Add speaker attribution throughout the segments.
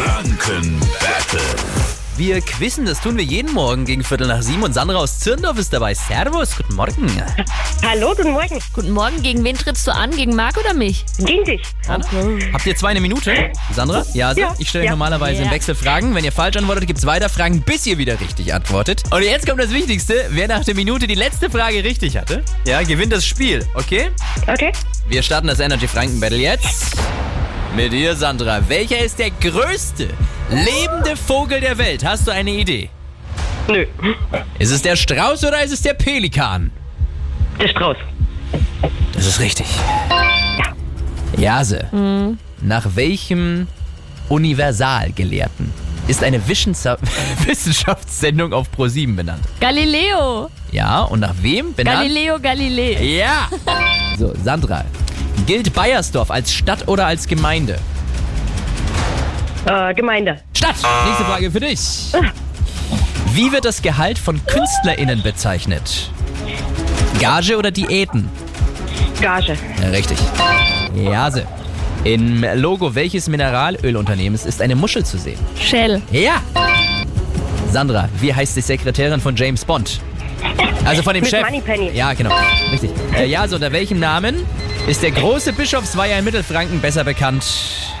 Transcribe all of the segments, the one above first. Speaker 1: Franken Battle.
Speaker 2: Wir quizzen, das tun wir jeden Morgen gegen Viertel nach sieben und Sandra aus Zirndorf ist dabei. Servus, guten Morgen.
Speaker 3: Hallo, guten Morgen.
Speaker 4: Guten Morgen, gegen wen trittst du an? Gegen Marc oder mich?
Speaker 3: Ging dich.
Speaker 2: Habt ihr zwei eine Minute? Sandra? Ja, so.
Speaker 3: Ja.
Speaker 2: ich stelle
Speaker 3: Ja.
Speaker 2: normalerweise im
Speaker 4: Ja.
Speaker 2: Wechsel Fragen. Wenn ihr falsch antwortet, gibt es weiter Fragen, bis ihr wieder richtig antwortet. Und jetzt kommt das Wichtigste. Wer nach der Minute die letzte Frage richtig hatte, ja, gewinnt das Spiel, okay?
Speaker 3: Okay.
Speaker 2: Wir starten das Energy Franken Battle jetzt. Mit dir, Sandra. Welcher ist der größte lebende Vogel der Welt? Hast du eine Idee?
Speaker 3: Nö.
Speaker 2: Ist es der Strauß oder ist es der Pelikan?
Speaker 3: Der Strauß.
Speaker 2: Das ist richtig. Jase, nach welchem Universalgelehrten ist eine Wischensa- Wissenschaftssendung auf ProSieben benannt?
Speaker 4: Galileo.
Speaker 2: Ja, und nach wem benannt?
Speaker 4: Galileo Galilei.
Speaker 2: Ja! So, Sandra, gilt Bayersdorf als Stadt oder als Gemeinde?
Speaker 3: Äh, Gemeinde.
Speaker 2: Stadt! Nächste Frage für dich. Wie wird das Gehalt von KünstlerInnen bezeichnet? Gage oder Diäten?
Speaker 3: Gage.
Speaker 2: Ja, richtig. Jase. Im Logo welches Mineralölunternehmens ist eine Muschel zu sehen?
Speaker 4: Shell.
Speaker 2: Ja! Sandra, wie heißt die Sekretärin von James Bond? Also von dem
Speaker 3: Miss
Speaker 2: Chef.
Speaker 3: Moneypenny.
Speaker 2: Ja, genau. Richtig. Äh, ja, so unter welchem Namen ist der große Bischofsweiher in Mittelfranken besser bekannt?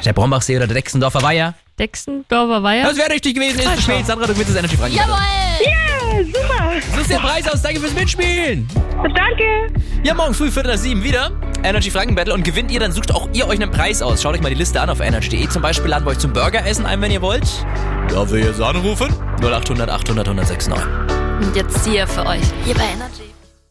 Speaker 2: Der Brombachsee oder der Dexendorfer Weiher?
Speaker 4: Dexendorfer Weiher.
Speaker 2: Das wäre richtig gewesen, ist zu spät. Sandra, du gewinnst das Energy Franken.
Speaker 4: Jawohl!
Speaker 3: Ja, super.
Speaker 2: Das ist der Preis aus. Danke fürs Mitspielen.
Speaker 3: Danke.
Speaker 2: Ja, morgen früh, Viertel nach sieben wieder. Energy Franken Battle und gewinnt ihr, dann sucht auch ihr euch einen Preis aus. Schaut euch mal die Liste an auf energy.de. Zum Beispiel laden wir euch zum Burgeressen ein, wenn ihr wollt. Darf ich jetzt anrufen? 0800 800 1069.
Speaker 4: Und jetzt hier für euch. Hier bei Energy.